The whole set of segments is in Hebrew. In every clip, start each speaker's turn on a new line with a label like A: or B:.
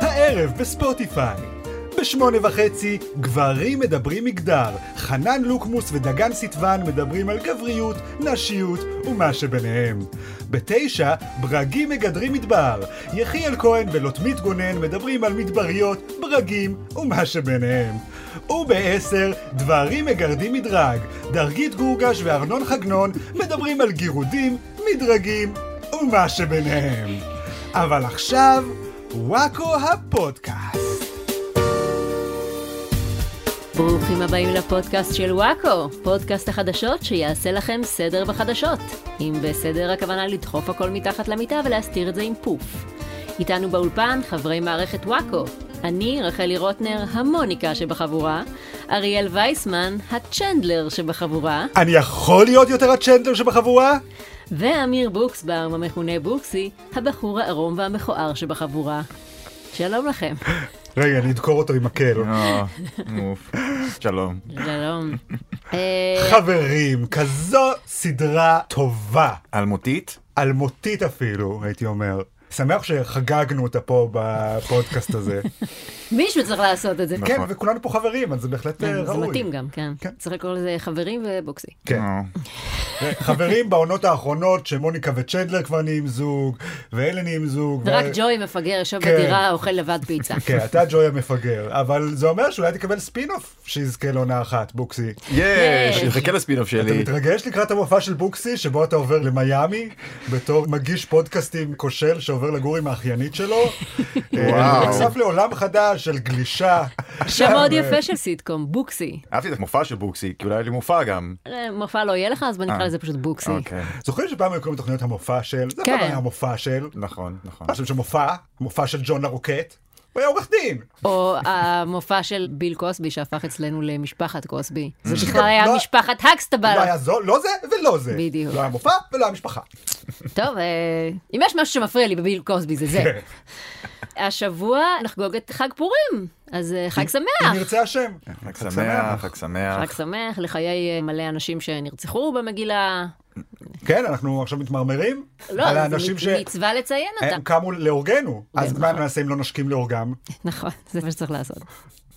A: הערב בספוטיפיי. בשמונה וחצי, גברים מדברים מגדר. חנן לוקמוס ודגן סיטבן מדברים על גבריות, נשיות ומה שביניהם. בתשע, ברגים מגדרים מדבר. יחיאל כהן ולוטמית גונן מדברים על מדבריות, ברגים ומה שביניהם. ובעשר, דברים מגרדים מדרג. דרגית גורגש וארנון חגנון מדברים על גירודים, מדרגים ומה שביניהם. אבל עכשיו, וואקו הפודקאסט.
B: ברוכים הבאים לפודקאסט של וואקו, פודקאסט החדשות שיעשה לכם סדר בחדשות. אם בסדר הכוונה לדחוף הכל מתחת למיטה ולהסתיר את זה עם פוף. איתנו באולפן חברי מערכת וואקו. אני, רחלי רוטנר, המוניקה שבחבורה, אריאל וייסמן, הצ'נדלר שבחבורה,
A: אני יכול להיות יותר הצ'נדלר שבחבורה?
B: ואמיר בוקסבאום, המכונה בוקסי, הבחור הערום והמכוער שבחבורה. שלום לכם.
A: רגע, אני אדקור אותו עם מקל.
C: אה, מוף. שלום.
B: שלום. אה,
A: חברים, כזו סדרה טובה.
C: אלמותית?
A: אלמותית אפילו, הייתי אומר. שמח שחגגנו אותה פה בפודקאסט הזה.
B: מישהו צריך לעשות את זה.
A: כן, וכולנו פה חברים, אז זה בהחלט אה,
B: כן, זה
A: ראוי.
B: מתאים גם, כן.
A: כן.
B: צריך לקרוא לזה חברים ובוקסי.
A: כן.
C: אה,
A: חברים בעונות האחרונות, שמוניקה וצ'נדלר כבר נהיים זוג, ואלה נהיים זוג.
B: ורק
A: ו-
B: ג'וי מפגר יושב
A: כן.
B: בדירה, אוכל לבד פיצה.
A: כן, אתה ג'וי המפגר, אבל זה אומר שאולי תקבל ספינוף שיזכה לעונה אחת, בוקסי.
C: יש!
B: יש.
C: אני מחכה לספינוף
A: אתה
C: שלי.
A: מתרגש לקראת המופע של בוקסי, שבו אתה עובר למיאמי, בתור מגיש פודקאסטים כושל שעובר לגור עם האחיינית שלו.
C: וואו.
A: אה, נחשף לעולם חדש של גלישה.
B: שם מאוד
A: אה,
B: יפה של סיטקום, בוקסי.
C: אהבתי את המופע של בוקסי, כי אולי היה לי מופע גם.
B: אה, מופע לא יהיה לך, אז בוא נקרא
C: אה.
B: לזה פשוט בוקסי.
C: אוקיי.
A: זוכרים שפעם היו קוראים לתוכניות המופע של? זה
B: כן.
A: פעם היה המופע של?
C: נכון, נכון.
A: מה שם מופע? מופע של ג'ון לרוקט? הוא היה עורך דין.
B: או המופע של ביל קוסבי שהפך אצלנו למשפחת קוסבי. זה בכלל
A: שגם
B: היה
A: לא-
B: משפחת
A: לא
B: הקסטבל.
A: היה זו, לא זה ולא זה.
B: אה. בדיוק.
A: לא היה מופע ולא היה משפחה.
B: טוב, אה, אם יש משהו שמפריע לי בביל קוסבי זה זה.
A: כן.
B: השבוע נחגוג את חג פורים, אז אה, חג
A: אם
B: שמח.
A: ירצה השם.
C: כן, חג שמח, חג
B: חג
C: שמח.
B: שמח לחיי אה, מלא אנשים שנרצחו במגילה.
A: כן, אנחנו עכשיו מתמרמרים
B: לא,
A: על
B: זה
A: האנשים
B: מצ- מצווה לציין אותה.
A: שהם קמו להורגנו. אז
B: כן,
A: מה
B: נכון.
A: נעשה אם לא נשכים להורגם?
B: נכון, זה מה שצריך לעשות.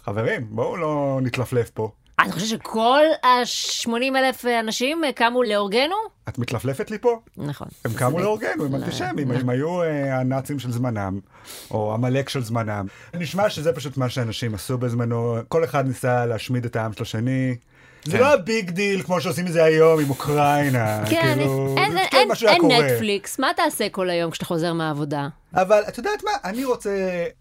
A: חברים, בואו לא נתלפלף פה.
B: אני חושבת שכל ה-80 אלף אנשים אה, קמו להורגנו?
A: את מתלפלפת לי פה?
B: נכון.
A: הם קמו להורגנו,
B: לא.
A: הם אנטישמים, הם היו אה, הנאצים של זמנם, או עמלק של זמנם. נשמע שזה פשוט מה שאנשים עשו בזמנו, כל אחד ניסה להשמיד את העם של השני. זה
C: כן.
A: לא הביג דיל כמו שעושים את זה היום עם אוקראינה,
B: כן,
A: כאילו,
B: אין-
A: זה
B: אין-
A: כן
B: אין-
A: מה שהיה
B: אין
A: קורה.
B: נטפליקס, מה תעשה כל היום כשאתה חוזר מהעבודה?
A: אבל את יודעת מה? אני רוצה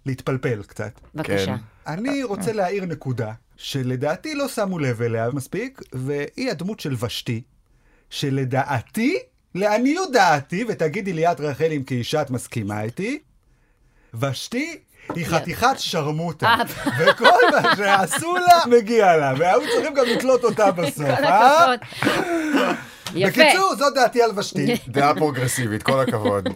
A: להתפלפל קצת. כן.
B: בבקשה.
A: אני רוצה להעיר נקודה שלדעתי לא שמו לב אליה מספיק, והיא הדמות של ושתי, שלדעתי, לעניות דעתי, ותגידי ליאת רחל אם כאישה את מסכימה איתי, ושתי היא חתיכת שרמוטה,
B: אה.
A: וכל מה שעשו לה מגיע לה, והיו צריכים גם לתלות אותה בסוף,
B: כל
A: אה?
B: הכבוד. יפה,
A: בקיצור, זאת דעתי על ושתי.
C: דעה פרוגרסיבית, כל הכבוד.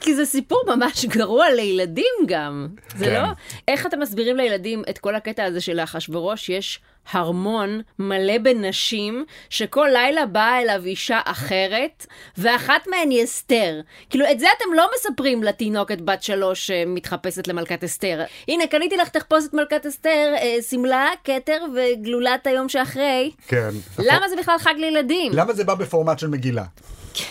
B: כי זה סיפור ממש גרוע לילדים גם. זה
C: כן.
B: לא... איך אתם מסבירים לילדים את כל הקטע הזה של אחשוורוש? יש הרמון מלא בנשים, שכל לילה באה אליו אישה אחרת, ואחת מהן היא אסתר. כאילו, את זה אתם לא מספרים לתינוקת בת שלוש שמתחפשת למלכת אסתר. הנה, קניתי לך תחפושת מלכת אסתר, אה, שמלה, כתר וגלולת היום שאחרי.
A: כן.
B: למה זה בכלל חג לילדים?
A: למה זה בא בפורמט של מגילה?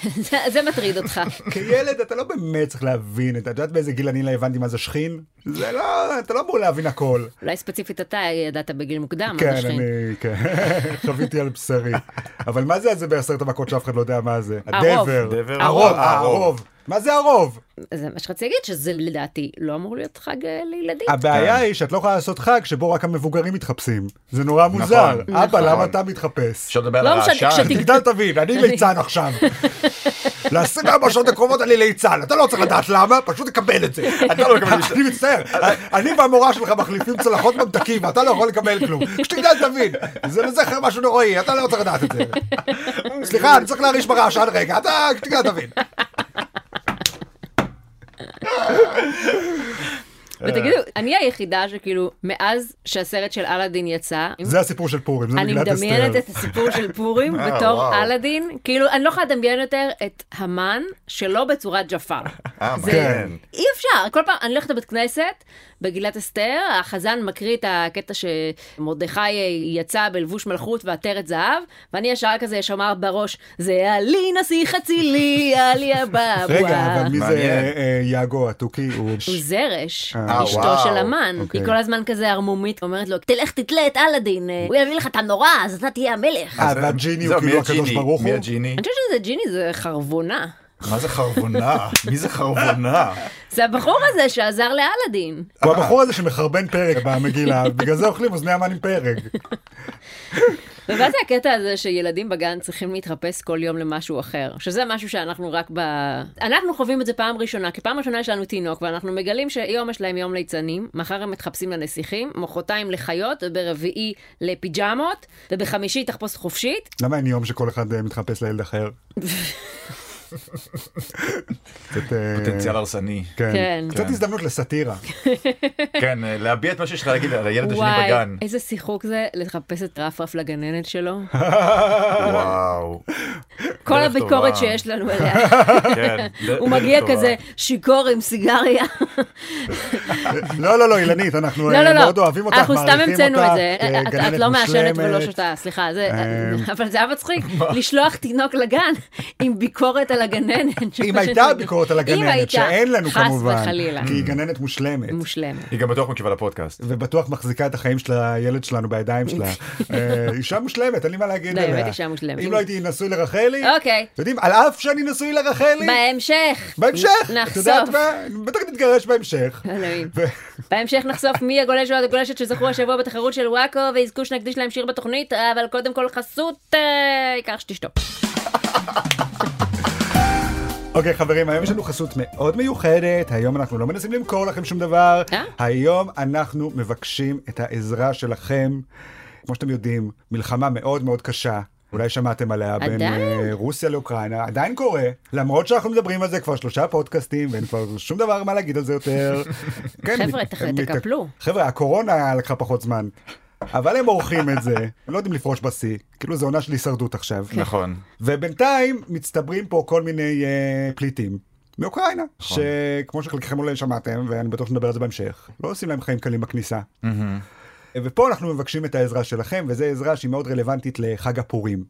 B: זה, זה מטריד אותך.
A: כילד אתה לא באמת צריך להבין, את יודעת באיזה גיל אני לא הבנתי מה זה שכין? זה לא, אתה לא אמור להבין הכל.
B: אולי ספציפית אתה ידעת בגיל מוקדם, מה
A: כן,
B: זה שכין?
A: אני, כן, חוויתי על בשרי. אבל מה זה זה בעשרת המכות שאף אחד לא יודע מה זה?
B: הרוב.
A: הדבר.
C: דבר.
A: הרוב,
C: הרוב.
A: הרוב. מה זה הרוב?
B: זה מה שרציתי להגיד, שזה לדעתי לא אמור להיות חג אה, לילדים.
C: כן.
A: הבעיה היא שאת לא יכולה לעשות חג שבו רק המבוגרים מתחפשים. זה נורא מוזר.
C: נכון.
A: אבא, למה
C: נכון.
A: אתה מתחפש?
C: אפשר לדבר על
B: לא משנה,
C: הרעשן?
B: כשתגדל-
A: תגדל תבין, אני ליצן עכשיו. ל-24 שעות הקרובות אני ליצן, אתה לא צריך לדעת למה, פשוט תקבל את זה.
C: אתה לא מקבל את זה.
A: אני מצטער, אני והמורה שלך מחליפים צלחות ממתקים, ואתה לא יכול לקבל כלום. כשתגדל תבין, זה לזכר משהו נוראי, אתה לא צריך לדעת את זה. סליחה, אני צריך להרעיש ברעשן רגע, אתה כשתגדל תבין.
B: ותגידו, אני היחידה שכאילו, מאז שהסרט של אלאדין יצא,
A: זה הסיפור של פורים, זה
B: אני
A: מגילת אסתר.
B: מדמיינת את הסיפור של פורים
C: אה,
B: בתור
C: וואו.
B: אלאדין. כאילו, אני לא יכולה לדמיין יותר את המן שלא בצורת ג'פר.
C: אה,
B: זה-
A: כן.
C: מעניין.
B: אי אפשר, כל פעם, אני הולכת לבית כנסת, במגילת אסתר, החזן מקריא את הקטע שמרדכי אה, יצא בלבוש מלכות ועטרת זהב, ואני ישר כזה שמר בראש, זה עלי נסיך אצילי, עלי אבבואה.
A: רגע, אבל מי זה
C: מעניין.
A: אה, יאגו התוכי? הוא...
B: הוא זרש,
A: אה,
B: אשתו
C: וואו,
B: של המן.
A: אוקיי.
B: היא כל הזמן כזה ערמומית, אומרת לו, תלך תתלה את אלאדין, אה, הוא יביא לך את המנורה, אז אתה תהיה המלך.
A: אה,
C: אז-
A: והג'יני הוא
C: זהו,
A: כאילו
C: מי הג'יני?
A: הקדוש ברוך
C: מי
A: הוא?
C: הג'יני?
B: אני חושבת שזה ג'יני, זה חרבונה.
C: מה זה חרבונה? מי זה חרבונה?
A: כן.
B: זה הבחור הזה שעזר לאלאדין.
A: הוא הבחור הזה שמחרבן פרק במגילה, בגלל זה אוכלים אוזני המן עם פרק.
B: ומה זה הקטע הזה שילדים בגן צריכים להתרפס כל יום למשהו אחר? שזה משהו שאנחנו רק ב... אנחנו חווים את זה פעם ראשונה, כי פעם ראשונה יש לנו תינוק, ואנחנו מגלים שיום יש להם יום ליצנים, מחר הם מתחפשים לנסיכים, מחרתיים לחיות, וברביעי לפיג'מות, ובחמישי תחפוש חופשית.
A: למה אין יום שכל אחד אה, מתחפש לילד אחר? קצת, אה,
C: פוטנציאל הרסני.
A: כן.
B: כן.
A: קצת
C: כן.
A: הזדמנות לסאטירה.
C: כן, אה, להביע את מה שיש לך להגיד על הילד השני
B: וואי,
C: בגן.
B: איזה שיחוק זה לחפש את רפרף לגננת שלו.
C: וואו.
B: כל
C: דרך
B: הביקורת
C: טובה.
B: שיש לנו אליה.
C: כן.
B: הוא מגיע כזה שיכור עם סיגריה.
A: לא, לא, לא, אילנית, אנחנו
B: לא,
A: אה,
B: לא, לא.
A: מאוד אוהבים אותך,
B: אנחנו סתם
A: מעריכים
B: המצאנו את
A: אותך,
B: זה.
A: אה,
B: את- את- את
A: גננת
B: לא מעשנת ולא
A: מושלמת.
B: שותה, סליחה. זה-
A: אה,
B: אבל זה היה מצחיק, לשלוח תינוק לגן עם ביקורת על הגננת.
A: אם הייתה ביקורת על
B: אם
A: הגננת,
B: הייתה,
A: שאין לנו כמובן,
B: חס וחלילה.
A: כי היא גננת מושלמת.
B: מושלמת.
C: היא גם בטוח מקשיבה לפודקאסט.
A: ובטוח מחזיקה את החיים של הילד שלנו בידיים שלה. אה, אישה מושלמת, אין לי מה להגיד
B: לא,
A: עליה.
B: באמת אישה מושלמת.
A: אם לא הייתי נשוי לרחלי,
B: אוקיי,
A: אתם יודעים, על אף שאני נשוי לרחלי,
B: בהמשך.
A: בהמשך, את יודעת
B: נחשוף.
A: מה? בטח נתגרש בהמשך.
B: אלוהים.
A: ו-
B: בהמשך נחשוף מי הגולש והגולשת שזכו השבוע בתחרות של וואקו ויזכו שנקדיש להם שיר בתוכנית, אבל קודם כל חסות, אה, ייקח שתשתוק.
A: אוקיי חברים, היום יש לנו חסות מאוד מיוחדת, היום אנחנו לא מנסים למכור לכם שום דבר,
B: אה?
A: היום אנחנו מבקשים את העזרה שלכם. כמו שאתם יודעים, מלחמה מאוד מאוד קשה. אולי שמעתם עליה בין
B: עדיין?
A: אה, רוסיה לאוקראינה, עדיין קורה, למרות שאנחנו מדברים על זה כבר שלושה פודקאסטים ואין כבר שום דבר מה להגיד על זה יותר. כן,
B: חבר'ה,
A: מת-
B: תח-
A: מת-
B: תקפלו.
A: חבר'ה, הקורונה לקחה פחות זמן, אבל הם עורכים את זה, הם לא יודעים לפרוש בשיא, כאילו זו עונה של הישרדות עכשיו.
B: כן.
C: נכון.
A: ובינתיים מצטברים פה כל מיני אה, פליטים. מאוקראינה,
C: נכון.
A: שכמו שחלקכם אולי שמעתם, ואני בטוח שנדבר על זה בהמשך, לא עושים להם חיים קלים בכניסה. ופה אנחנו מבקשים את העזרה שלכם, וזו עזרה שהיא מאוד רלוונטית לחג הפורים.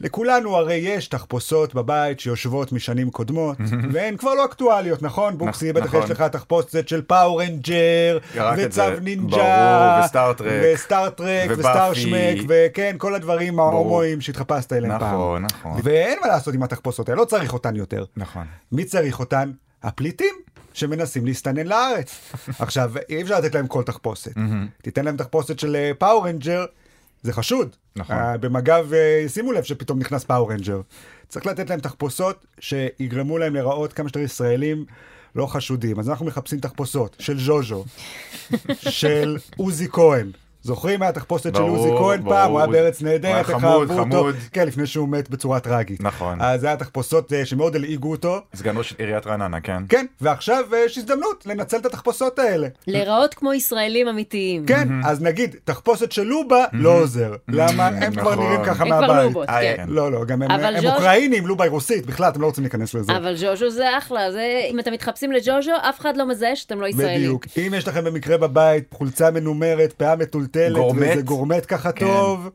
A: לכולנו הרי יש תחפושות בבית שיושבות משנים קודמות, והן כבר לא אקטואליות, נכון? בוקסי, בטח
C: נכון.
A: יש לך תחפושת של פאור רנג'ר,
C: ירק את
A: וצו
C: זה,
A: נינג'ה,
C: ברור, וסטארט-טרק,
A: וסטארט-טרק,
C: ובאפי.
A: וסטארשמק, וכן, כל הדברים ההומואים שהתחפשת אליהם פעם.
C: נכון, נכון.
A: ואין מה לעשות עם התחפושות האלה, לא צריך אותן יותר.
C: נכון.
A: מי צריך אותן? הפליטים שמנסים להסתנן לארץ. עכשיו, אי אפשר לתת להם כל תחפושת. תיתן להם תחפושת של אה, פאורנג'ר, זה חשוד.
C: נכון.
A: אה, במג"ב, אה, שימו לב שפתאום נכנס פאורנג'ר. צריך לתת להם תחפושות שיגרמו להם להיראות כמה שיותר ישראלים. לא חשודים, אז אנחנו מחפשים תחפושות של ז'וז'ו, של עוזי כהן. זוכרים מה התחפושת של
C: ברור,
A: עוזי כהן פעם? הוא היה
C: ברור.
A: בארץ
C: הוא היה
A: נהדרת, איך
C: חמוד,
A: אהבו אותו.
C: חמוד.
A: כן, לפני שהוא מת בצורה טראגית.
C: נכון.
A: אז זה היה תחפושות אה, שמאוד הלעיגו אותו.
C: סגן ראש עיריית רעננה, כן?
A: כן, ועכשיו אה, יש הזדמנות לנצל את התחפושות האלה.
B: להיראות כמו ישראלים אמיתיים.
A: כן, אז נגיד, תחפושת של לובה לא עוזר. למה? הם כבר
C: נכון.
A: נראים ככה
B: הם כבר
A: מהבית.
B: לובות,
C: אה,
B: כן.
C: כן.
A: לא, לא, גם הם
B: אבל
A: הם
B: ז'וז'-
A: אוקראינים, לובה היא רוסית, בכלל, אתם לא רוצים להיכנס לזה.
B: אבל ז'וז'ו זה אחלה, זה... אם אתם מתחפשים לג'וז'ו, אף אחד לא מזהה שאתם לא ישראלים.
A: בדיוק. אם יש לכם במקרה בבית חולצה מנומרת, פאה מטולטלת,
C: גורמט.
A: וזה גורמט ככה
C: כן.
A: טוב,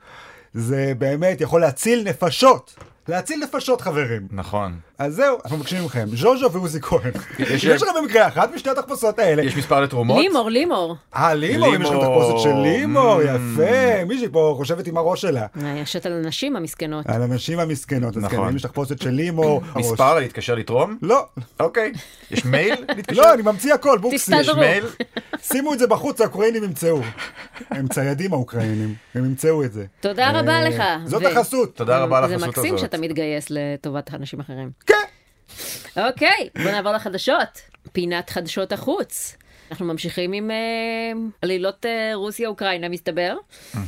A: זה באמת יכול להציל נפשות. להציל נפשות, חברים.
C: נכון.
A: אז זהו, אנחנו מבקשים מכם, ז'וז'ו ועוזי כהן. אם
C: יש-
A: יש לכם במקרה אחת משתי התחפושות האלה,
C: יש מספר לתרומות?
B: לימור, לימור.
A: אה, לימור, אם יש לכם
C: לימור.
A: תחפושת של לימור,
C: Mm.
A: יפה. מישהי פה חושבת עם הראש שלה.
B: ישת על אה, הנשים המסכנות.
A: על הנשים המסכנות, אז כן,
C: נכון.
A: אם יש תחפושת של לימור, הראש.
C: מספר להתקשר לתרום?
A: לא,
C: אוקיי. יש מייל? להתקשר?
A: לא, אני ממציא הכל, בוקסי.
B: תסתדרו.
C: יש מייל?
A: שימו את זה בחוץ, האוקראינים ימצאו. הם ציידים האוקראינים, הם ימצאו את זה.
B: תודה רבה
A: אה,
B: לך.
A: זאת
B: ו-
A: החסות.
C: תודה רבה על החסות
B: זה
C: הזאת.
B: מקסים שאתה מתגייס לטובת אנשים אחרים.
A: כן.
B: אוקיי, בוא נעבור לחדשות. פינת חדשות החוץ. אנחנו ממשיכים עם אה, עלילות אה, רוסיה-אוקראינה, מסתבר. אה,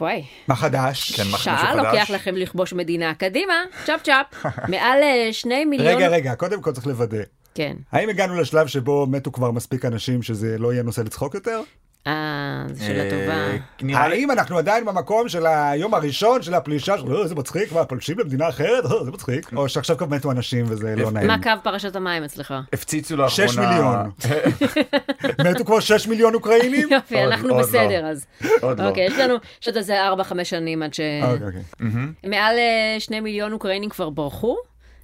B: וואי,
A: מה חדש?
C: כן, מה חדש?
B: שעה לוקח לכם לכבוש מדינה. קדימה, צ'אפ צ'אפ. מעל אה, שני מיליון...
A: רגע, רגע, קודם כל צריך לוודא.
B: כן.
A: האם הגענו לשלב שבו מתו כבר מספיק אנשים שזה לא יהיה נושא לצחוק יותר?
B: אה, זו שאלה
C: אה,
B: טובה.
C: נראה לי-
A: האם אנחנו עדיין במקום של היום הראשון של הפלישה של "אה, זה מצחיק מה פולשים למדינה אחרת אה, זה מצחיק או שעכשיו כבר מתו אנשים וזה לא
C: כן.
A: נעים.
B: מה קו פרשת המים אצלך?
C: הפציצו
A: שש
C: לאחרונה...
A: מיליון. מתו כבר 6 מיליון אוקראינים?
B: יופי,
C: עוד-
B: אנחנו
C: עוד
B: בסדר
C: לא.
B: אז.
C: עוד לא.
B: אוקיי, יש לנו, יש עוד איזה 4-5 שנים עד ש...
A: אוקיי, אוקיי.
B: מעל 2 מיליון אוקראינים כבר ברחו.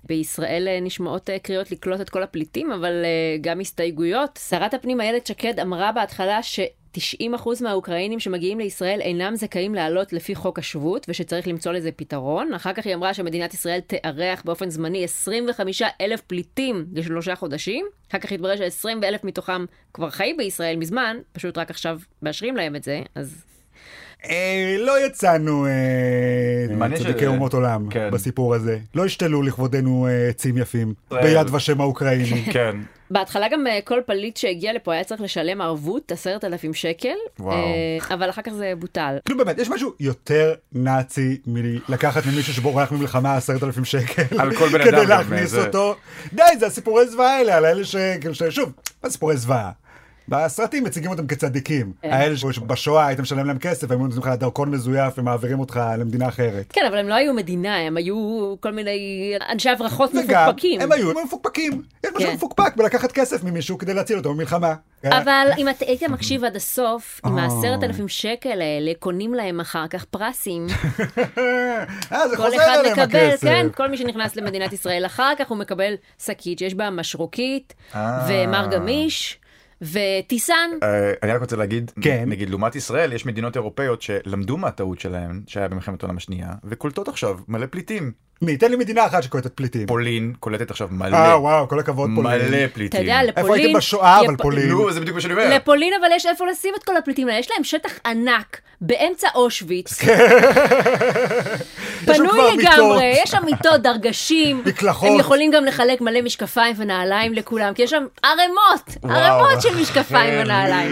B: בישראל אה, נשמעות אה, קריאות לקלוט את כל הפליטים, אבל אה, גם הסתייגויות. שרת הפנים איילת שקד אמרה בהתחלה ש... 90% מהאוקראינים שמגיעים לישראל אינם זכאים לעלות לפי חוק השבות ושצריך למצוא לזה פתרון. אחר כך היא אמרה שמדינת ישראל תארח באופן זמני 25 אלף פליטים לשלושה חודשים. אחר כך התברר ש-20 אלף מתוכם כבר חיים בישראל מזמן, פשוט רק עכשיו מאשרים להם את זה, אז
A: אה, לא יצאנו אה,
C: מעניין
A: צדיקי
C: ש-
A: אומות עולם
C: כן.
A: בסיפור הזה. לא השתלו לכבודנו אה, עצים יפים ביד ושם האוקראיני.
C: כן.
B: בהתחלה גם אה, כל פליט שהגיע לפה היה צריך לשלם ערבות, עשרת אלפים שקל,
C: וואו.
B: אה, אבל אחר כך זה בוטל.
A: כאילו באמת, יש משהו יותר נאצי מלקחת ממישהו שבורח ממלחמה עשרת אלפים שקל.
C: על כל בן אדם
A: כדי
C: גם,
A: להכניס
C: זה-
A: אותו. די, זה הסיפורי זוועה האלה, על האלה ש... כאילו ש- שוב, מה סיפורי זוועה? בסרטים מציגים אותם כצדיקים.
B: כן.
A: האלה שבשואה היית משלם להם כסף, היו נותנים לך דרכון מזויף ומעבירים אותך למדינה אחרת.
B: כן, אבל הם לא היו מדינה, הם היו כל מיני אנשי הברחות
A: וגם,
B: מפוקפקים.
A: הם היו הם היו מפוקפקים. יש משהו
B: כן.
A: מפוקפק בלקחת כסף ממישהו כדי להציל אותו ממלחמה.
B: אבל אם אתה היית מקשיב עד הסוף, עם
A: אה.
B: העשרת אלפים שקל האלה, קונים להם אחר כך פרסים.
A: אה, זה
B: כל
A: חוזר
B: אחד
A: אליהם
B: מקבל,
A: הכסף.
B: כן, כל מי שנכנס למדינת ישראל אחר כך הוא מקבל שקית שיש בה משרוקית,
C: אה.
B: ומר גמיש, וטיסן.
C: אה, אני רק רוצה להגיד,
A: כן.
C: נגיד לעומת ישראל, יש מדינות אירופאיות שלמדו מהטעות שלהם, שהיה במלחמת העולם השנייה, וקולטות עכשיו מלא פליטים.
A: מי, תן לי מדינה אחת שקולטת פליטים.
C: פולין קולטת עכשיו מלא,
A: אה, וואו, כל הכבוד פולין.
C: מלא
B: אתה
C: פליטים.
B: יודע, לפולין...
A: איפה הייתם בשואה, אבל
B: לפ-
A: פולין?
C: נו, זה בדיוק מה שאני
A: כן.
C: אומר.
B: לפולין אבל יש איפה לשים את כל הפליטים האלה, יש להם שטח ענק באמצע אושוויץ,
A: כן. יש שם
B: פנוי
A: כבר מיטות.
B: לגמרי, יש שם מיטות, דרגשים,
A: מקלחות.
B: הם יכולים גם לחלק מלא משקפיים ונעליים לכולם, כי יש שם ערימות,
C: וואו.
B: ערימות של
A: כן.
B: משקפיים ונעליים.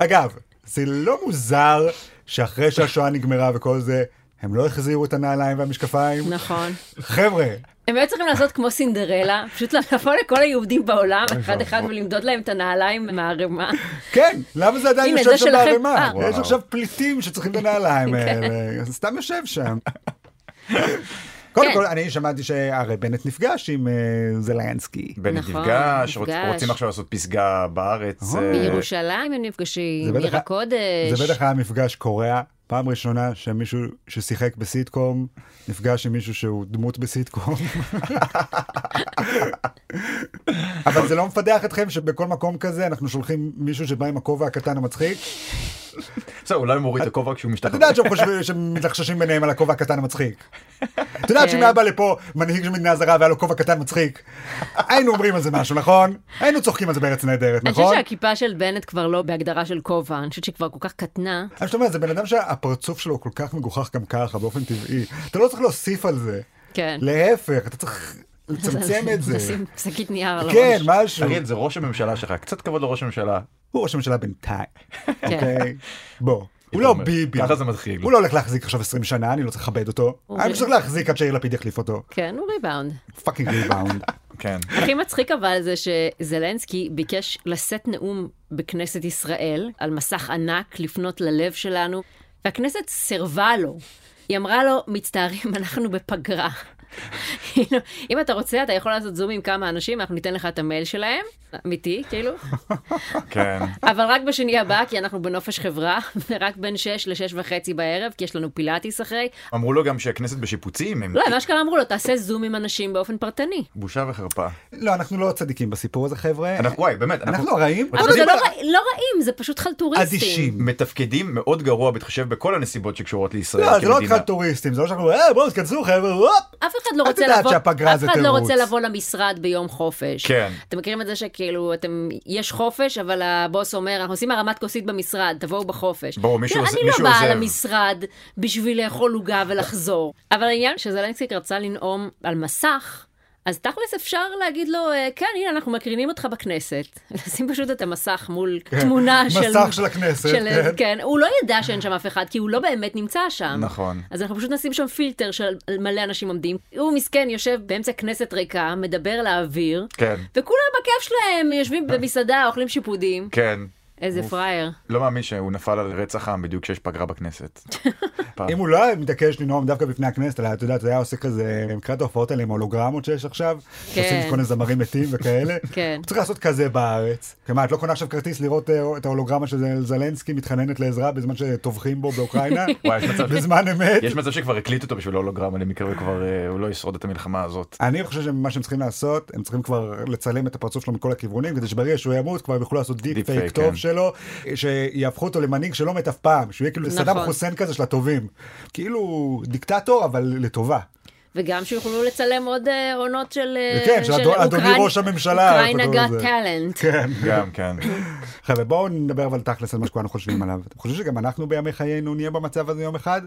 A: אגב, זה לא מוזר שאחרי שהשואה נגמרה וכל זה, הם לא החזירו את הנעליים והמשקפיים?
B: נכון.
A: חבר'ה,
B: הם היו צריכים לעשות כמו סינדרלה, פשוט לבוא לכל היהודים בעולם, אחד אחד ולמדוד להם את הנעליים מהערימה.
A: כן, למה זה עדיין
B: הנה,
A: יושב
B: זה
A: שם
B: שלכם.
A: בערימה?
B: אה. כן.
A: יש
C: וואו.
A: עכשיו פליטים שצריכים את הנעליים האלה, אז סתם יושב שם. קודם
B: כן.
A: כל, אני שמעתי שהרי בנט נפגש עם אה, זלנסקי.
C: בנט
B: נכון,
C: נפגש, רוצ-
B: נפגש.
C: רוצים עכשיו לעשות פסגה בארץ.
A: אה.
C: אה,
B: בירושלים הם נפגשים,
A: זה
B: אה,
A: בטח
B: עיר
A: ה-
B: הקודש.
A: זה בטח היה מפגש קורע. פעם ראשונה שמישהו ששיחק בסיטקום נפגש עם מישהו שהוא דמות בסיטקום. אבל זה לא מפדח אתכם שבכל מקום כזה אנחנו שולחים מישהו שבא עם הכובע הקטן המצחיק?
C: בסדר, אולי הוא מוריד את הכובע כשהוא
A: את
C: משתחרר.
A: יודעת שהם חושבים שהם מתלחששים ביניהם על הכובע הקטן המצחיק. את
B: כן.
A: יודעת שאם היה בא לפה מנהיג של מדינה זרה והיה לו כובע קטן מצחיק, היינו אומרים על זה משהו, נכון? היינו צוחקים על זה בארץ נהדרת,
B: אני חושבת
A: נכון?
B: שהכיפה של בנט כבר לא בהגדרה של כובע, אני חושבת שהיא כבר כל כך קטנה.
A: אני פשוט אומר, זה בן אדם שהפרצוף שלו כל כך מגוחך גם ככה, באופן טבעי. אתה לא צריך להוסיף על זה.
B: כן.
A: להפך, אתה צריך לצמצם את זה.
B: לשים שקית נייר על הראש.
A: כן, משהו.
C: אריאל, זה ראש הממשלה שלך, קצת כבוד לראש הממשלה.
A: הוא ראש הממשלה בינתיים,
B: כן.
A: אוקיי? בוא. הוא לא
C: אומר,
A: ביבי.
C: ככה זה מתחיל.
A: הוא לא הולך להחזיק עכשיו 20 שנה, אני לא צריך לכבד אותו.
B: הוא
A: אני
B: ב-
A: צריך להחזיק עד שיאיר לפיד יחליף אותו.
B: כן, הוא ריבאונד.
A: פאקינג ריבאונד.
C: כן.
B: הכי מצחיק אבל זה שזלנסקי ביקש לשאת נאום בכנסת ישראל על מסך ענק לפנות ללב שלנו, והכנסת סירבה לו. היא אמרה לו, מצטערים, אנחנו בפגרה. כאילו, אם אתה רוצה, אתה יכול לעשות זום עם כמה אנשים, אנחנו ניתן לך את המייל שלהם, אמיתי, כאילו,
C: כן.
B: אבל רק בשני הבא, כי אנחנו בנופש חברה, ורק בין 6 ל-6 וחצי בערב, כי יש לנו פילאטיס אחרי.
C: אמרו לו גם שהכנסת בשיפוצים, הם
B: לא, הם אשכרה אמרו לו, תעשה זום עם אנשים באופן פרטני.
C: בושה וחרפה.
A: לא, אנחנו לא צדיקים בסיפור הזה, חבר'ה.
C: אנחנו, וואי, באמת,
A: אנחנו הרעים?
C: אבל
B: אבל
C: יודעים
B: זה לא
C: מה?
B: רע- לא רעים, זה פשוט חלטוריסטים.
A: אדישים.
C: מתפקדים מאוד גרוע בהתחשב בכל הנסיבות שקשורות לישראל
A: לא, זה לא
C: אה, כמדינה.
A: התחלת טוריסטים, זה לא שאנחנו, אה, בואו, תכנסו חבר'ה, הופ!
B: אף אחד לא
A: את
B: רוצה
A: יודעת
B: לבוא,
A: שהפגרה
B: אף
A: זה
B: אחד לא
A: תירוץ.
B: רוצה לבוא למשרד ביום חופש.
C: כן.
B: אתם מכירים את זה שכאילו, אתם, יש חופש, אבל הבוס אומר, אנחנו עושים הרמת כוסית במשרד, תבואו בחופש.
C: ברור, מישהו
B: כן,
C: עוזב-
B: אני
C: מישהו
B: לא באה
C: עוזב.
B: למשרד בשביל לאכול עוגה ולחזור. אבל העניין שזלנסקיק רצה לנאום על מסך, אז תכלס אפשר להגיד לו, אה, כן, הנה, אנחנו מקרינים אותך בכנסת. לשים פשוט את המסך מול
A: כן.
B: תמונה של...
A: מסך של הכנסת,
B: אה,
A: כן.
B: כן, הוא לא ידע שאין שם אף אחד, כי הוא לא באמת נמצא שם.
C: נכון.
B: אז אנחנו פשוט נשים שם פילטר של על מלא אנשים עומדים. הוא מסכן, יושב באמצע כנסת ריקה, מדבר לאוויר,
C: כן,
B: וכולם בכיף שלהם, יושבים במסעדה, אוכלים שיפודים.
C: כן.
B: איזה
C: אוף.
B: פראייר.
C: לא מאמין שהוא נפל על רצח עם בדיוק כשיש פגרה בכנסת. פעם.
A: אם הוא לא היה מתעקש לנאום דווקא בפני הכנסת, אלא אתה יודע, זה היה עושה כזה, מבחינת ההופעות האלה עם הולוגרמות שיש עכשיו,
B: כן.
A: עושים כל מיני זמרים מתים וכאלה,
B: כן.
A: הוא צריך לעשות כזה בארץ. כמה, את לא קונה עכשיו כרטיס לראות אה, את ההולוגרמה של זלנסקי מתחננת לעזרה בזמן שטובחים בו באוקראינה?
C: וואי, יש מצב-
A: בזמן אמת?
C: יש מצב שכבר הקליטו אותו בשביל הולוגרמה למקרה וכבר אה, הוא לא ישרוד את המלחמה הזאת.
A: אני חושב שמה שהם צריכים לעשות, הם צריכים כבר לצלם את הפרצוף שלו מכל הכיוונים, כדי שברגע שהוא ימות כבר הם יוכלו לעשות דיפ
C: דיפ
A: פייק
C: פייק,
A: טוב
C: כן.
A: שלו, שיהפכו אותו למנהיג שלא מת אף פעם, שהוא יהיה כאילו
B: נכון.
A: סדאם חוסיין כזה של הטובים. כאילו דיקטטור אבל לטובה.
B: וגם שיוכלו לצלם עוד אה, עונות של... אה,
A: כן, של אדון- אדוני
B: אוקראינה-
A: ראש הממשלה,
B: אוקראינה
A: אתה קורא
B: גאט
A: לזה.
B: טאלנט.
A: כן.
C: גם כן.
A: חבר'ה, בואו נדבר אבל תכלס על מה שכולנו חושבים עליו. אתם חושבים שגם אנחנו בימי חיינו נהיה במצב הזה יום אחד?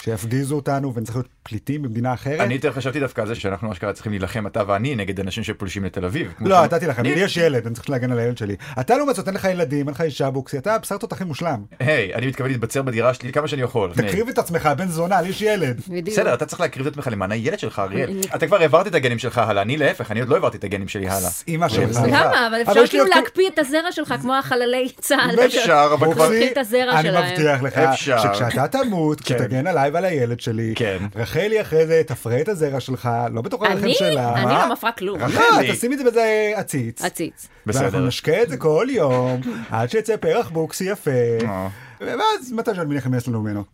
A: שיפגיזו אותנו ונצטרך להיות פליטים במדינה אחרת?
C: אני יותר חשבתי דווקא על זה שאנחנו אשכרה צריכים להילחם אתה ואני נגד אנשים שפולשים לתל אביב. כמו
A: לא,
C: ש-
A: אתה תילחם, לי יש ילד, אני צריך להגן על הילד שלי. אתה לעומת זאת, אין לך ילדים, אין לך אישה בוקסי, אתה בשר תותחים מושלם.
C: היי, אני מתכוון להתבצר בדירה שלי כמה שאני יכול.
A: תקריב את עצמך, בן זונה, לי יש ילד.
B: בדיוק.
C: בסדר, אתה צריך להקריב את עצמך למען הילד שלך, אריאל. אתה כבר העברת את הגנים שלך הלאה, אני להפך, אני עוד לא העברתי את הגנים שלי הלאה.
A: אימא שלך.
B: למה? אבל
A: אבל
B: אפשר
A: יש לי
B: כאילו
A: עוד כל-
B: להקפיא את הזרע שלך כמו החללי צה"ל.
C: אפשר, אבל כבר...
B: בוקסי. את הזרע
A: אני
B: שלהם.
A: מבטיח לך
C: אפשר.
A: שכשאתה תמות,
C: כן.
A: כשתגן עליי ועל הילד שלי,
C: כן.
A: רחלי אחרי זה תפרה את הזרע שלך, לא בתוך הרחם
B: אני?
A: שלה.
B: אני
A: מה?
B: לא מפרה כלום.
C: רחל.
A: לא,
C: רחלי.
A: תשים את זה באיזה עציץ.
B: עציץ.
A: ואנחנו
C: בסדר.
A: נשקה את זה כל יום, עד שיצא פרח בוקסי יפה,
C: אה.
A: ואז מתי שאני מניח יש לנו ממנו.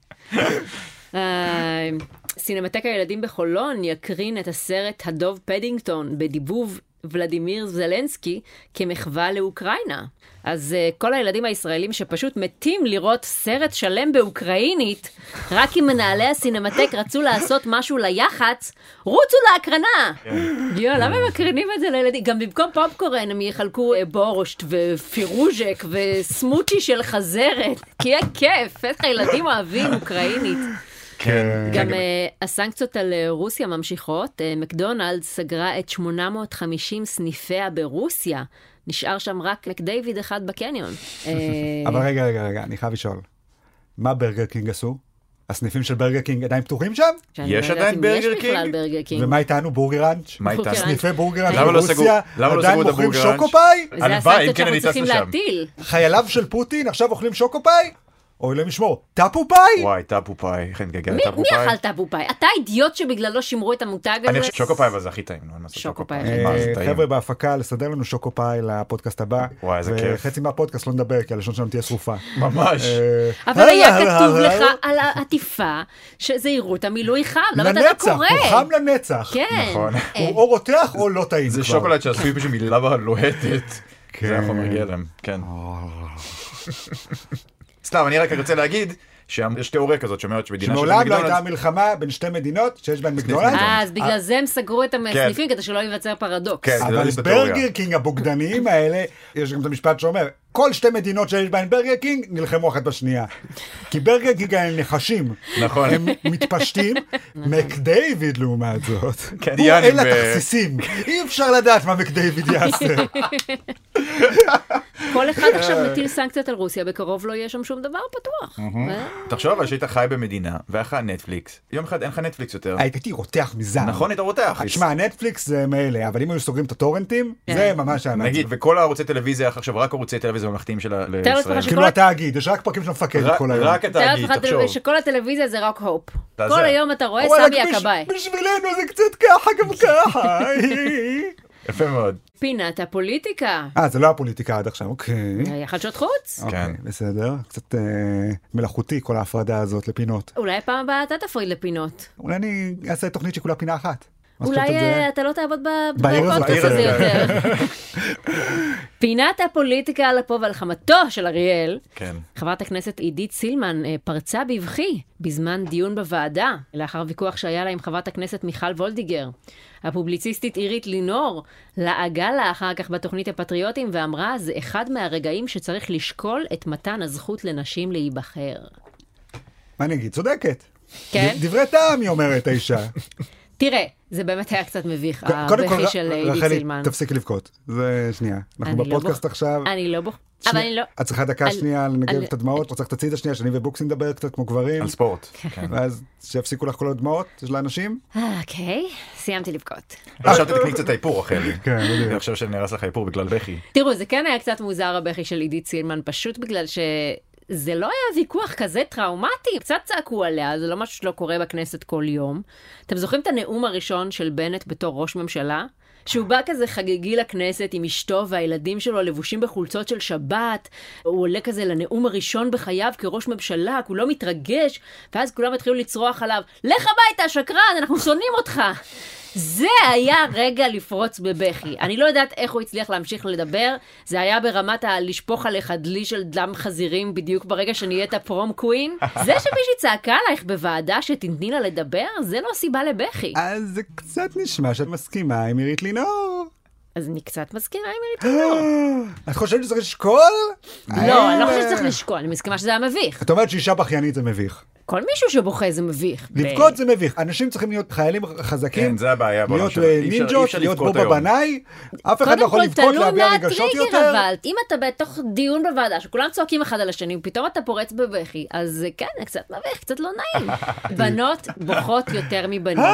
B: אה, סינמטק הילדים בחולון יקרין את הסרט הדוב פדינגטון בדיבוב ולדימיר זלנסקי כמחווה לאוקראינה. אז אה, כל הילדים הישראלים שפשוט מתים לראות סרט שלם באוקראינית, רק אם מנהלי הסינמטק רצו לעשות משהו ליח"צ, רוצו להקרנה! יואו, למה הם מקרינים את זה לילדים? גם במקום פופקורן הם יחלקו אה, בורשט ופירוז'ק וסמוצ'י של חזרת. כי יהיה כיף, איך הילדים אוהבים אוקראינית.
C: כן.
B: גם אה, הסנקציות על אה, רוסיה ממשיכות. אה, מקדונלדס סגרה את 850 סניפיה ברוסיה. נשאר שם רק מקדייוויד אחד בקניון. אה,
A: אבל רגע, רגע, רגע, אני חייב לשאול, מה ברגר קינג עשו? הסניפים של ברגר קינג עדיין פתוחים שם?
B: שאני
C: יש
B: לא יודעת
C: עדיין
B: אם
C: ברגר
B: יש בכלל
C: קינג?
B: ברגר קינג.
A: ומה איתנו, בורגר ראנץ'?
C: מה איתנו?
B: בוקר אה, ראנץ'.
A: סניפי בורגר ראנץ'
C: למה לא
A: ברוסיה
C: סגרו- למה לא
A: עדיין
C: סגרו את
A: מוכרים
C: הבורגר ראנץ'?
A: שוקופאי?
B: זה
C: הלוואי, אם
B: הסנקציות
C: כן,
B: שאנחנו
C: אני
B: צריכים
C: טסה שם.
B: להטיל.
A: חייליו של פוטין עכשיו אוכלים שוקופאי? או אלוהים ישמור, טאפו פאי?
C: וואי, טאפו פאי, איך אני מתגעגע
B: מי
C: לטאפו
B: מי
C: פאי.
B: אכל טאפו פאי? אתה אידיוט שבגללו שימרו את המותג הזה?
C: אני חושב שוקו פאי אבל זה הכי טעים. נו, אין מה לעשות,
B: שוקו
C: שוקו
B: פאי.
C: פאי.
A: אה,
C: מה, זה טעים.
A: חבר'ה בהפקה, לסדר לנו שוקופאי לפודקאסט הבא.
C: וואי, איזה כיף.
A: וחצי מהפודקאסט לא נדבר, כי הלשון שלנו תהיה שרופה.
C: ממש.
A: אה,
B: אבל היה
A: הלאה,
B: כתוב
A: הלאה,
B: לך
A: הלאה.
B: על העטיפה שזהירו את המילוי חם. למה אתה לא
A: לנצח,
B: קורא?
A: הוא חם לנצח.
B: כן.
C: נכון.
B: אה,
A: הוא או רותח או לא טעים
C: זה
A: כבר.
C: שוקולד שעשוי פשוט מלבה לוהטת.
A: כן. אה.
C: זה החומר גלם, כן. סתם, אני רק רוצה להגיד שיש תיאוריה כזאת שאומרת שבדינה של
A: שמעולם לא הייתה
C: מקדונלדס...
A: מלחמה בין שתי מדינות שיש בהן מקדונלדס.
B: אה, אז בגלל זה הם סגרו את הסניפים
C: כן.
B: כדי שלא ייווצר פרדוקס.
C: כן. זה לא
A: אבל
C: ליסט התיאוריה.
A: ברגר קינג הבוגדניים האלה, יש גם את המשפט שאומר, כל שתי מדינות שיש בהן ברגר קינג נלחמו אחת בשנייה. כי ברגר קינג הם נחשים.
C: נכון.
A: הם מתפשטים. מקדייוויד לעומת זאת. הוא
C: קניינים
A: אל
C: כן. ב-
A: התכסיסים. אי אפשר לדעת מה מקדייוויד יעשה.
B: כל אחד עכשיו
A: אה.
B: מטיל סנקציות על רוסיה, בקרוב לא יהיה שם שום דבר פתוח. אה?
C: תחשוב אבל שהיית חי במדינה והיה לך נטפליקס, יום אחד אין לך נטפליקס יותר.
A: הייתי רותח מזעם.
C: נכון, היית רותח.
A: שמע, נטפליקס זה מילא, אבל אם היו סוגרים את הטורנטים,
B: כן.
A: זה ממש היה מעצבן.
C: נגיד, וכל הערוצי טלוויזיה, איך עכשיו רק ערוצי טלוויזיה ממלכתיים של ה-
B: לעצמך
C: לישראל.
B: שכל-
A: כאילו התאגיד, יש רק פרקים של המפקד
C: רק-
A: כן, כל היום.
C: רק
B: תאר
C: התאגיד,
B: לעצמך
C: תחשוב.
B: שכל הטלוויזיה זה רק הופ.
C: תעזר.
B: כל היום אתה רואה
A: וואלה,
B: סמי
A: בש-
B: הכבאי.
A: בשבילנו זה קצת ככה גם ככה.
C: יפה מאוד.
B: פינת הפוליטיקה.
A: אה, זה לא הפוליטיקה עד עכשיו, אוקיי.
C: כן.
B: היה אה, חדשות חוץ?
A: אוקיי, בסדר, קצת אה, מלאכותי כל ההפרדה הזאת לפינות.
B: אולי פעם הבאה אתה תפריד לפינות.
A: אולי אני אעשה תוכנית שכולה פינה אחת. מה את
B: אולי
A: חושבת על זה?
B: אה, אתה לא תעבוד ב-
A: בעיר הזאת,
B: בפודקאסט הזה
A: בעיר
B: יותר. פינת הפוליטיקה על אפו ועל חמתו של אריאל.
C: כן.
B: חברת הכנסת עידית סילמן אה, פרצה בבכי בזמן דיון בוועדה, לאחר ויכוח שהיה לה עם חברת הכנסת מיכל וולדיגר. הפובליציסטית עירית לינור לעגה לה אחר כך בתוכנית הפטריוטים ואמרה, זה אחד מהרגעים שצריך לשקול את מתן הזכות לנשים להיבחר.
A: מה אני אגיד? צודקת.
B: כן?
A: ד- דברי טעם, היא אומרת, האישה.
B: תראה, זה באמת היה קצת מביך,
A: ק- קודם כל,
B: הבכי של
A: ר-
B: עידית
A: רחלי,
B: סילמן.
A: תפסיקי לבכות. זה שנייה. אנחנו
B: אני לא
A: בפודקאסט
B: בוכ-
A: עכשיו.
B: אני לא בוח...
A: שני-
B: אבל אני לא...
A: את צריכה דקה
B: על-
A: שנייה לנגב
B: על-
A: את הדמעות, את צריכה תציץ השנייה, שאני ובוקסי נדבר קצת כמו גברים,
C: על ספורט. כן.
A: ואז שיפסיקו לך כל הדמעות של האנשים.
B: אה, אוקיי, סיימתי לבכות.
C: עכשיו תתקני קצת האיפור, רחלי.
A: כן, בדיוק.
C: אני חושב שנהרס לך האיפור בגלל בכי.
B: תראו, זה כן היה קצת מוזר הבכי של עידית סילמן, פשוט בגלל ש... זה לא היה ויכוח כזה טראומטי, קצת צעקו עליה, זה לא משהו שלא קורה בכנסת כל יום. אתם זוכרים את הנאום הראשון של בנט בתור ראש ממשלה? שהוא בא כזה חגיגי לכנסת עם אשתו והילדים שלו לבושים בחולצות של שבת, הוא עולה כזה לנאום הראשון בחייו כראש ממשלה, כולו מתרגש, ואז כולם התחילו לצרוח עליו, לך הביתה, שקרן, אנחנו שונאים אותך. זה היה רגע לפרוץ בבכי. אני לא יודעת איך הוא הצליח להמשיך לדבר, זה היה ברמת הלשפוך עליך דלי של דם חזירים בדיוק ברגע שנהיית פרום קווין. זה שמישהי צעקה עלייך בוועדה שתתני לה לדבר, זה לא סיבה לבכי.
A: אז זה קצת נשמע שאת מסכימה עם עירית לינור.
B: אז אני קצת מסכימה עם עירית
A: את חושבת שצריך לשקול?
B: לא, אני
A: אה,
B: לא חושבת שצריך לשקול, אני מסכימה שזה היה מביך.
A: את אומרת שאישה בכיינית זה מביך.
B: כל מישהו שבוכה זה מביך.
A: לבכות זה מביך. אנשים צריכים להיות חיילים חזקים.
C: כן, זה הבעיה בעולם
A: להיות
C: שלנו.
A: אה,
C: אי אפשר- אי
A: נינג'ות,
C: אפשר
A: להיות
C: לבכות
A: בובה
C: היום.
A: בנאי. אף אחד לא
B: קודם
A: יכול
B: כל,
A: לבכות,
B: תלוי
A: להביע
B: מה
A: רגשות
B: הטריגר,
A: יותר.
B: אבל אם אתה בתוך דיון בוועדה שכולם צועקים אחד על השני, פתאום אתה פורץ בבכי, אז זה כן, זה קצת מביך, קצת לא נעים. בנות בוכות יותר
A: אה!
B: מבנים.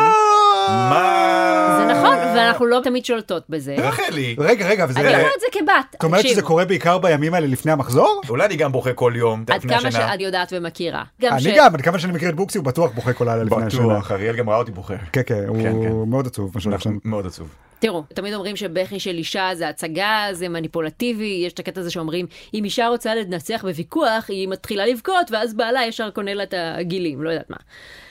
C: מה?
B: זה נכון, ואנחנו לא תמיד שולטות בזה.
C: רחלי,
A: רגע, רגע, אבל זה...
B: אני אומרת זה כבת.
A: אה, את אומרת שזה
B: תקשיבו,
A: קורה בעיקר בימים האלה לפני המחזור?
C: אולי אני גם בוכה כל יום,
B: עד
C: לפני
B: כמה
C: השינה.
B: שאני יודעת ומכירה. גם ש...
A: אני גם, עד כמה שאני מכיר את בוקסי, הוא בטוח בוכה כל הלילה לפני השינה.
C: בטוח, אריאל גם ראה אותי בוכה.
A: כן, כן, הוא
C: כן.
A: מאוד עצוב, מה שהוא
C: אנחנו-
A: עכשיו.
C: מאוד עצוב.
B: תראו, תמיד אומרים שבכי של אישה זה הצגה, זה מניפולטיבי, יש את הקטע הזה שאומרים, אם אישה רוצה לנצח בוויכוח, היא מתחילה לבכות, ואז בעלה ישר קונה לה את הגילים, לא יודעת מה.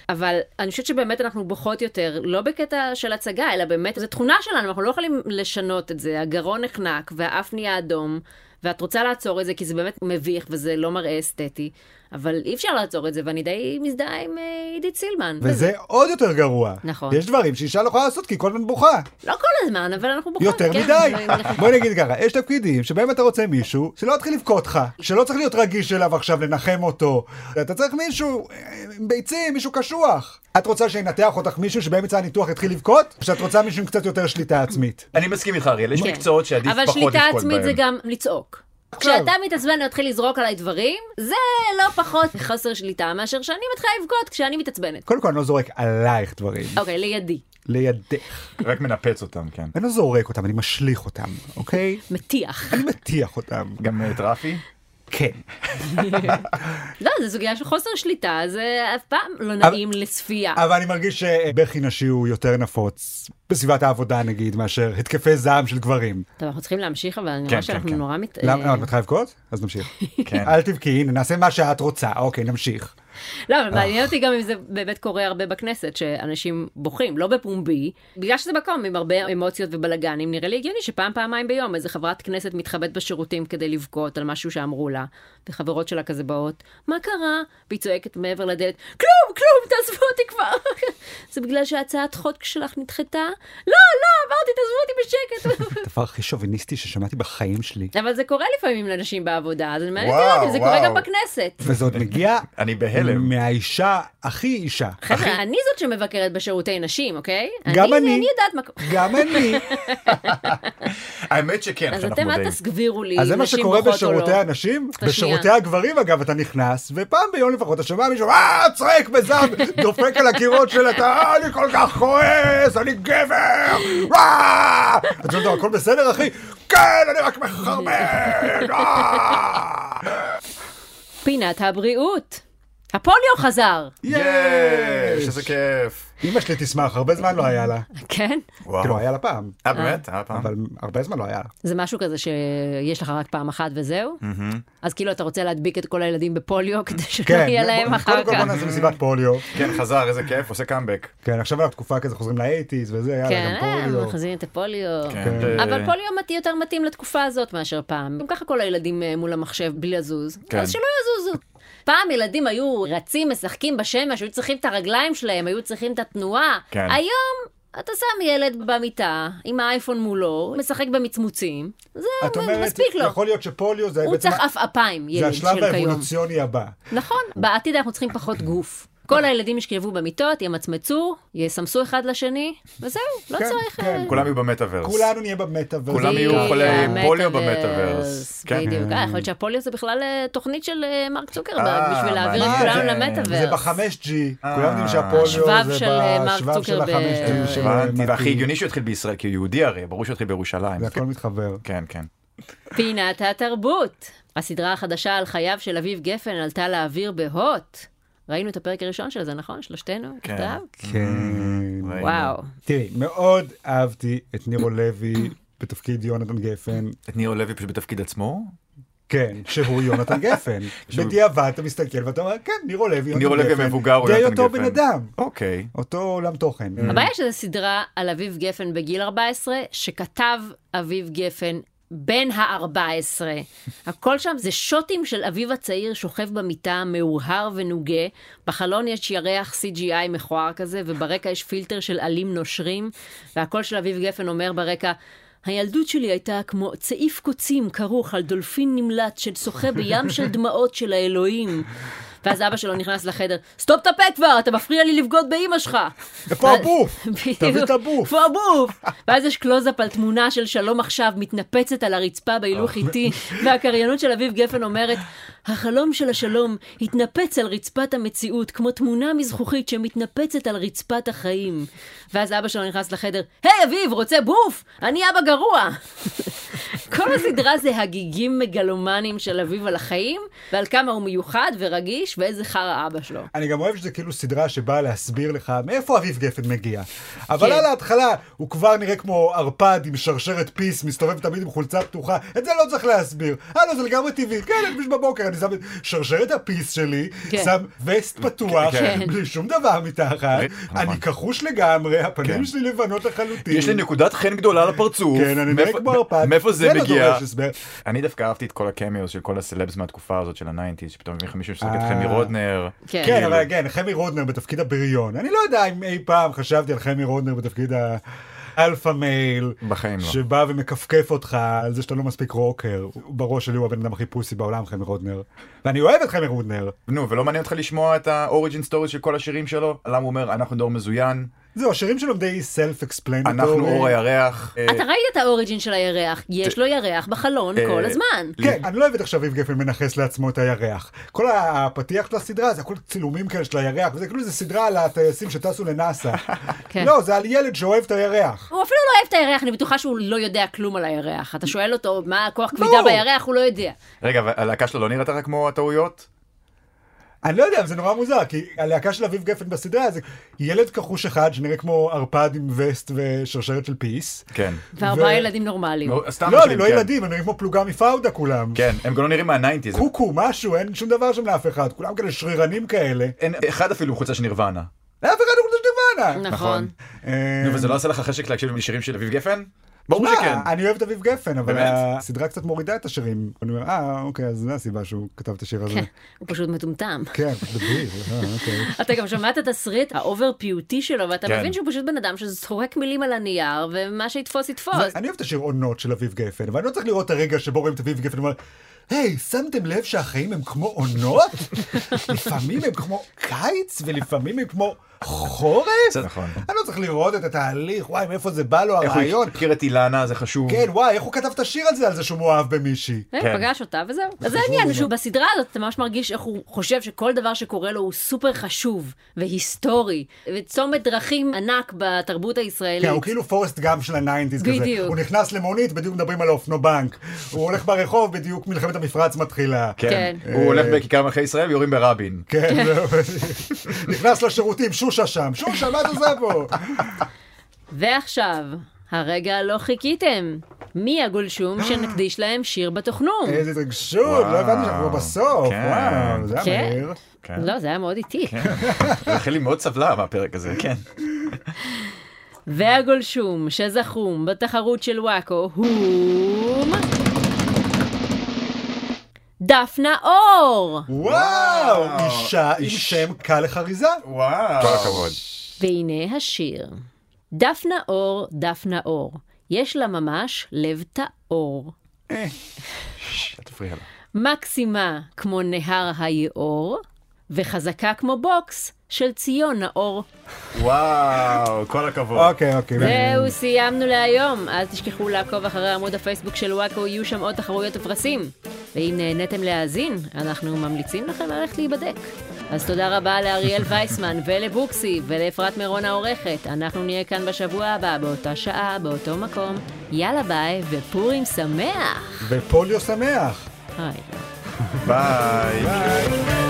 B: אבל אני חושבת שבאמת אנחנו בוכות יותר, לא בקטע של הצגה, אלא באמת, זו תכונה שלנו, אנחנו לא יכולים לשנות את זה. הגרון נחנק, והאף נהיה אדום, ואת רוצה לעצור את זה, כי זה באמת מביך, וזה לא מראה אסתטי, אבל אי אפשר לעצור את זה, ואני די מזדהה עם אה, עידית סילמן.
A: וזה עוד יותר גרוע.
B: נכון.
A: יש דברים שאישה לא יכולה לעשות כי היא כל הזמן בוכה.
B: לא כל הזמן, אבל אנחנו בוכות.
A: יותר
B: כן,
A: מדי.
B: אנחנו-
A: בואי נגיד ככה, יש תפקידים שבהם אתה רוצה מישהו שלא יתחיל לבכות לך, שלא צריך להיות רגיש אליו עכשיו, לנחם אותו. אתה צריך מישהו אה, עם ביצים, מישהו קשוח. את רוצה שינתח אותך מישהו שבאמצע הניתוח יתחיל לבכות? או שאת רוצה מישהו עם קצת יותר שליטה עצמית?
C: אני מסכים איתך, אריאל, יש
B: כן.
C: מקצועות שעדיף פחות לבכות
B: אבל
C: בהם. כן.
B: שליטה עצמית זה גם לצעוק.
A: עכשיו.
B: כשאתה מתעצבן להתחיל לזרוק עליי דברים, זה לא פחות חוסר שליטה מאשר שאני מתחילה לבכות כשאני מתעצבנת.
A: קודם כל, אני לא זורק עלייך דברים.
B: אוקיי, לידי.
A: לידך.
C: רק מנפץ אותם, כן.
A: אני לא זורק אותם, אני משליך אותם, אוקיי?
B: מטיח.
A: אני מטיח אותם.
C: גם אה, את רפי?
A: כן.
B: לא, זו סוגיה של חוסר שליטה, זה אף פעם לא
A: אבל-
B: נעים לצפייה.
A: אבל אני מרגיש שבכי נשי הוא יותר נפוץ בסביבת העבודה נגיד מאשר התקפי זעם של גברים.
B: טוב, אנחנו צריכים להמשיך, אבל אני
C: כן,
B: רואה
C: כן,
B: שאנחנו
C: כן.
B: נורא מת... אה,
A: למה לא, את מתחילה לבכות? אז נמשיך.
C: כן.
A: אל תבכי, הנה, נעשה מה שאת רוצה. אוקיי, נמשיך.
B: לא, אבל מעניין אותי גם אם זה באמת קורה הרבה בכנסת, שאנשים בוכים, לא בפומבי, בגלל שזה מקום עם הרבה אמוציות ובלאגנים, נראה לי הגיוני שפעם, פעמיים ביום איזה חברת כנסת מתחבאת בשירותים כדי לבכות על משהו שאמרו לה, וחברות שלה כזה באות, מה קרה? והיא צועקת מעבר לדלת, כלום, כלום, תעזבו אותי כבר. זה בגלל שהצעת חוק שלך נדחתה? לא, לא, אמרתי, תעזבו אותי בשקט.
A: הדבר הכי שוביניסטי ששמעתי בחיים שלי.
B: אבל זה קורה לפעמים לאנשים בעבודה, אז אני מעניין
C: וואו,
B: אותי, זה קורה
C: וואו.
B: גם בכנסת.
A: וזה עוד מגיע
C: אני בהלם.
A: מהאישה הכי אישה.
B: חבר'ה, אני זאת שמבקרת בשירותי נשים, אוקיי?
A: גם אני.
B: אני יודעת מה...
A: גם אני.
C: האמת שכן,
B: אז
C: שאנחנו
B: אתם אל
C: מודעים.
B: תסגבירו לי,
A: אז זה מה
B: נשים
A: שקורה
B: בוכות או לא.
A: בשירותי הנשים.
B: השנייה.
A: בשירותי הגברים, אגב, אתה נכנס, ופעם ביום לפחות אתה שומע מישהו, אה, צועק בזעם, דופק על הקירות של אתה, "אה, אני כל כך כועס, אני גבר, אה!" אתה יודע, הכל בסדר, אחי? כן, אני רק מחרמן, אה!"
B: פינת הבריאות. הפוליו חזר.
C: יש, איזה כיף.
A: אמא שלי תשמח, הרבה זמן לא היה לה.
B: כן?
A: כאילו,
C: וואו.
A: היה לה פעם,
C: אה, באמת? אה, פעם.
A: אבל הרבה זמן לא היה לה.
B: זה משהו כזה שיש לך רק פעם אחת וזהו? אז כאילו אתה רוצה להדביק את כל הילדים בפוליו כדי שלא
A: כן,
B: יהיה להם
A: בוא-
B: אחר
A: קודם כל בוא
B: כך.
A: נעשה מסיבת פוליו.
C: כן, חזר, איזה כיף, עושה קאמבק.
A: כן, עכשיו אנחנו תקופה כזה, חוזרים לאייטיז וזה, יאללה,
B: כן,
A: גם פוליו.
B: מחזירים את הפוליו.
C: כן.
A: אה,
B: אבל פוליו מת- יותר מתאים לתקופה הזאת מאשר פעם. גם ככה כל הילדים אה, מול המחשב בלי לזוז,
C: כן.
B: אז שלא יזוזו. פעם ילדים היו רצים, משחקים בשמש, היו צריכים את הרגליים שלהם, היו צריכים את התנועה.
C: כן.
B: היום אתה שם ילד במיטה עם האייפון מולו, משחק במצמוצים, זה
A: את אומרת,
B: מספיק לו.
A: יכול להיות שפוליו זה
B: הוא
A: בעצם...
B: צריך עפעפיים,
A: זה
B: ילד
A: השלב
B: של כיום.
A: האבולוציוני הבא.
B: נכון, בעתיד אנחנו צריכים פחות גוף. כל הילדים ישכבו במיטות, ימצמצו, יסמסו אחד לשני, וזהו, לא
A: כן,
B: צריך...
A: כן,
B: אה,
C: כולם יהיו במטאוורס.
A: כולנו נהיה במטאוורס.
C: כולם יהיו
B: בדיוק,
C: חולי
B: המטאוורס,
C: פוליו במטאוורס. כן.
B: בדיוק. אה, יכול להיות שהפוליו זה בכלל אה, תוכנית של אה, מרק צוקרברג,
C: אה,
B: בשביל להעביר את
A: מעניין.
B: כולנו
A: כן. זה
B: למטאוורס.
A: ב-5G,
C: אה.
A: כולם יודעים שהפוליו זה
B: השבב של, אה, מרק
A: בשבב של
B: צוקרברג.
A: ה-5G. של
C: הבנתי,
A: מרק.
C: והכי הגיוני שהוא יתחיל בישראל, כי הוא יהודי הרי, ברור שהוא יתחיל בירושלים.
A: זה הכל מתחבר.
C: כן, כן.
B: פינת התרבות. הסדרה החדשה על חייו של אביב גפן עלתה לאוויר בהוט. ראינו את הפרק הראשון של זה, נכון? שלושתנו?
C: כן.
B: יחדיו?
A: כן.
C: ראינו.
B: וואו.
A: תראי, מאוד אהבתי את נירו לוי בתפקיד יונתן גפן.
C: את ניר לוי פשוט בתפקיד עצמו?
A: כן, שהוא יונתן גפן.
C: שהוא-
A: בדיעבד אתה מסתכל ואתה אומר, כן, נירו לוי, יונתן
C: נירו לוי
A: גפן.
C: המבוגר הוא
A: די
C: יונתן
A: אותו
C: גפן.
A: בן אדם.
C: אוקיי.
A: אותו עולם תוכן.
B: הבעיה שזו סדרה על אביב גפן בגיל 14, שכתב אביב גפן בן ה-14. הכל שם זה שוטים של אביו הצעיר שוכב במיטה, מאורהר ונוגה. בחלון יש ירח CGI מכוער כזה, וברקע יש פילטר של עלים נושרים, והקול של אביב גפן אומר ברקע... הילדות שלי הייתה כמו צעיף קוצים כרוך על דולפין נמלט ששוחה בים של דמעות של האלוהים. ואז אבא שלו נכנס לחדר, סתום את הפה כבר, אתה מפריע לי לבגוד באימא שלך.
A: איפה
B: ואז-
A: הבוף?
B: בדיוק.
A: תביא את הבוף.
B: איפה הבוף? ואז יש קלוזאפ על תמונה של שלום עכשיו מתנפצת על הרצפה בהילוך
A: אה.
B: איטי, והקריינות של אביב גפן אומרת, החלום של השלום התנפץ על רצפת המציאות, כמו תמונה מזכוכית שמתנפצת על רצפת החיים. ואז אבא שלו נכנס לחדר, היי אביב, רוצה בוף? אני אבא גרוע. כל הסדרה זה הגיגים מגלומנים של אביב על החיים, ועל כמה הוא מיוחד ורגיש, ואיזה חרא אבא שלו.
A: אני גם אוהב שזה כאילו סדרה שבאה להסביר לך מאיפה אביב גפן מגיע. אבל
B: כן.
A: על ההתחלה הוא כבר נראה כמו ערפד עם שרשרת פיס, מסתובב תמיד עם חולצה פתוחה, את זה לא צריך להסביר. הלו, זה לגמרי טבעי. כן, אני פשוט בבוקר, אני שם את שרשרת הפיס שלי,
B: כן.
A: שם וסט פתוח,
C: כן.
A: בלי שום דבר מתחת,
C: נכון.
A: אני כחוש לגמרי, הפנים
C: כן.
A: שלי לבנות לחלוטין.
C: יש לי נקודת חן גדולה לפרצוף.
A: כן, אני נראה
C: מאיפה-
A: כמו ערפד.
C: מאיפה זה
A: לא
C: מגיע?
A: דורש הסבר.
C: אני דווקא אהבתי את כל הקמיוס של כל הסלבס מהתקופה הזאת של הניינטיז, שפתאום מביא לך מישהו ששחק את
A: אה.
C: חמי רודנר.
B: כן.
C: כאילו.
A: כן, אבל כן, חמי רודנר בתפקיד הבריון. אני לא יודע אם אי פעם חשבתי על חמי רודנר בתפקיד האלפא מייל.
C: בחיים לא.
A: שבא ומכפכף אותך על זה שאתה לא מספיק רוקר. בראש שלי הוא הבן אדם הכי פוסי בעולם, חמי רודנר. ואני אוהב את חמי רודנר.
C: נו, ולא מעניין אותך לשמוע את האוריג'ין סטורי של כל השירים שלו? למה הוא אומר, אנחנו דור מזוין,
A: זהו, השירים שלו הם די סלף אקספלנטורי.
C: אנחנו אור הירח. אה,
B: אתה ראית את האוריג'ין של הירח, יש לו ירח בחלון
C: אה,
B: כל הזמן.
A: כן, אני לא אוהב את עכשיו אביב גפן מנכס לעצמו את הירח. כל הפתיח של הסדרה זה הכל צילומים כאלה של הירח, וזה כאילו זה סדרה על הטייסים שטסו לנאסא.
B: כן.
A: לא, זה על ילד שאוהב את הירח.
B: הוא אפילו לא אוהב את הירח, אני בטוחה שהוא לא יודע כלום על הירח. אתה שואל אותו מה הכוח כבידה
A: לא.
B: בירח, הוא לא יודע.
C: רגע, אבל הלהקה שלו לא נראית רק כמו הטעויות?
A: אני לא יודע, אבל זה נורא מוזר, כי הלהקה של אביב גפן בסדרה זה ילד כחוש אחד שנראה כמו ערפד עם וסט ושרשרת של פיס.
C: כן.
B: וארבעה
A: ו-
B: ילדים נורמליים.
C: נו, סתם
A: לא,
C: משלים,
A: הם לא
C: כן.
A: ילדים, הם נראים כמו פלוגה מפאודה כולם.
C: כן, הם גם לא נראים מהניינטיז.
A: קוקו, משהו, אין שום דבר שם לאף אחד, כולם כאלה שרירנים כאלה.
C: אין אחד אפילו חוץ לנירוונה.
A: לאף אחד הוא לא אה, חושב דיוואנה.
B: נכון.
A: כן.
C: נו, וזה לא עשה לך חשק להקשיב לשירים של אביב גפן? ברור שכן.
A: אה, אני אוהב את אביב גפן, אבל
C: באמת?
A: הסדרה קצת מורידה את השירים. אני אומר, אה, אוקיי, אז זה הסיבה שהוא כתב את השיר הזה.
B: כן, הוא פשוט מטומטם.
A: כן, דברי, אה, אוקיי.
B: אתה גם שמע את התסריט האובר פיוטי שלו, ואתה
C: כן.
B: מבין שהוא פשוט בן אדם שזורק מילים על הנייר, ומה שיתפוס יתפוס.
A: אני אוהב את השיר עונות של אביב גפן, אבל אני לא צריך לראות את הרגע שבו רואים את אביב גפן ואומר, היי, שמתם לב שהחיים הם כמו עונות? לפעמים הם כמו קיץ, ולפעמים הם כמו חורף?
C: זה נכון.
A: אני לא צריך לראות את התהליך, וואי, מאיפה זה בא לו
C: איך הוא
A: הרעיון.
C: הכיר את אילנה, זה חשוב.
A: כן, וואי, איך הוא כתב את השיר הזה על זה שהוא מאוהב במישהי?
B: אה,
C: כן.
B: פגש אותה וזהו. אז זה העניין, שהוא בסדרה הזאת אתה ממש מרגיש איך הוא חושב שכל דבר שקורה לו הוא סופר חשוב והיסטורי, וצומת דרכים ענק בתרבות הישראלית.
A: כן, הוא כאילו פורסט גאם של הניינטיז כזה.
B: בדיאוק.
A: הוא נכנס למונית, בדיוק מדברים על האופנובנק. הוא הולך ברחוב, בדיוק מלחמת המפרץ מתחילה.
C: כן.
B: כן.
C: הוא הולך בכיכר מלכי ישראל ויורים ברבין.
A: כן, זהו. נכנס לשירותים, שושה שם. שושה, מה את עושה פה?
B: ועכשיו, הרגע לא חיכיתם. מי הגולשום שנקדיש להם שיר בתוכנום?
A: איזה התרגשות,
C: וואו.
A: לא הבנתי שאנחנו כבר בסוף,
C: כן.
A: וואו, זה היה
B: כן.
A: מהיר.
C: כן.
B: לא, זה היה מאוד איטי.
C: רחלי מאוד סבלה מהפרק הזה. כן.
B: והגולשום שזכום בתחרות של וואקו הוא... דפנה אור!
A: וואו,
C: וואו.
A: אישה עם
C: איש.
A: שם קל לחריזה.
C: וואו. כל הכבוד.
B: והנה השיר. דפנה אור, דפנה אור, יש לה ממש לב טהור.
C: אל תפריע לה.
B: מקסימה כמו נהר היאור, וחזקה כמו בוקס של ציון נאור.
C: וואו, כל הכבוד.
A: אוקיי, אוקיי.
B: זהו, סיימנו להיום. אל תשכחו לעקוב אחרי עמוד הפייסבוק של וואקו, יהיו שם עוד תחרויות ופרסים. ואם נהניתם להאזין, אנחנו ממליצים לכם ללכת להיבדק. אז תודה רבה לאריאל וייסמן ולבוקסי ולאפרת מירון העורכת. אנחנו נהיה כאן בשבוע הבא, באותה שעה, באותו מקום. יאללה ביי, ופורים שמח!
A: ופוליו שמח.
B: היי.
C: ביי.
A: ביי.